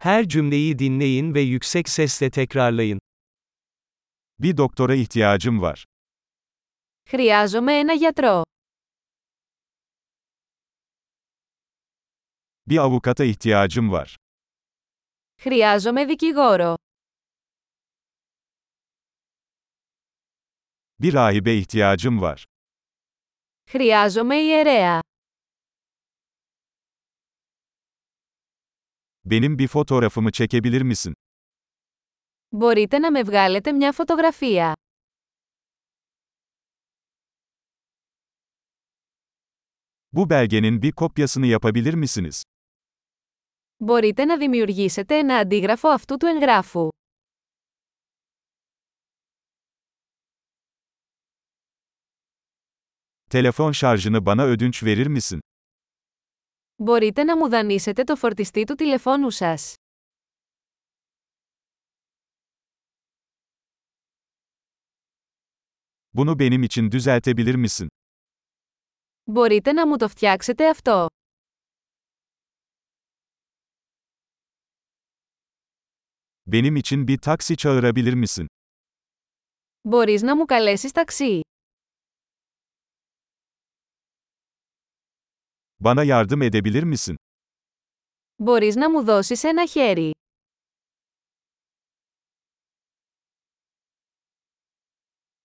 Her cümleyi dinleyin ve yüksek sesle tekrarlayın. Bir doktora ihtiyacım var. Χρειάζομαι ένα γιατρό. Bir avukata ihtiyacım var. Χρειάζομαι δικηγόρο. Bir rahibe ihtiyacım var. Χρειάζομαι ιερέα. Benim bir fotoğrafımı çekebilir misin? Μπορείτε να με βγάλετε μια φωτογραφία. Bu belgenin bir kopyasını yapabilir misiniz? Μπορείτε να δημιουργήσετε ένα αντίγραφο αυτού του εγγράφου. Telefon şarjını bana ödünç verir misin? Μπορείτε να μου δανείσετε το φορτιστή του τηλεφώνου σας. Bunu benim için düzeltebilir misin? Μπορείτε να μου το φτιάξετε αυτό. Benim için bir taksi çağırabilir misin? Μπορείς να μου καλέσεις ταξί. Bana yardım edebilir misin? Μπορείς να μου δώσεις ένα χέρι.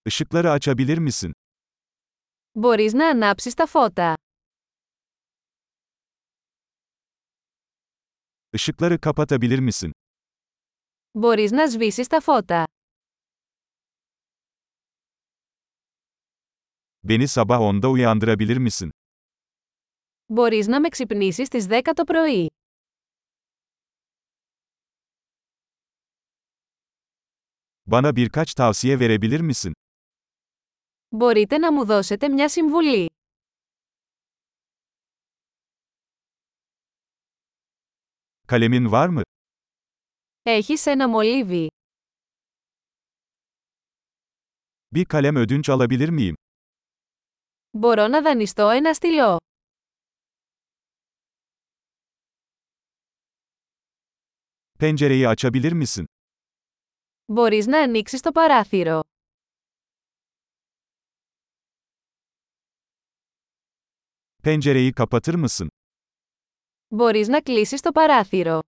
Işıkları açabilir misin? Μπορείς να ανάψεις τα φώτα. Işıkları kapatabilir misin? Μπορείς να σβήσεις τα φώτα. Beni sabah 10'da uyandırabilir misin? Μπορείς να με ξυπνήσεις στις 10 το πρωί. Bana birkaç tavsiye verebilir misin? Μπορείτε να μου δώσετε μια συμβουλή. Kalemin var mı? Έχεις ένα μολύβι. Bir kalem ödünç alabilir miyim? Μπορώ να δανειστώ ένα στυλό. Pencereyi açabilir misin? Μπορείς να ανοίξεις το παράθυρο. Pencereyi kapatır mısın? Μπορείς να κλείσεις το παράθυρο.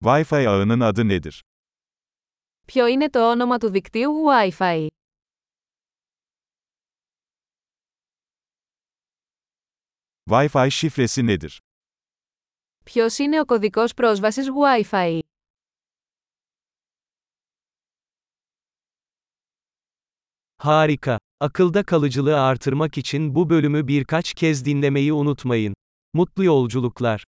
Wi-Fi ağının adı nedir? Ποιο είναι το όνομα του δικτύου Wi-Fi. Wi-Fi şifresi nedir? Ποιος είναι ο κωδικός πρόσβασης Wi-Fi. Harika. Akılda kalıcılığı artırmak için bu bölümü birkaç kez dinlemeyi unutmayın. Mutlu yolculuklar.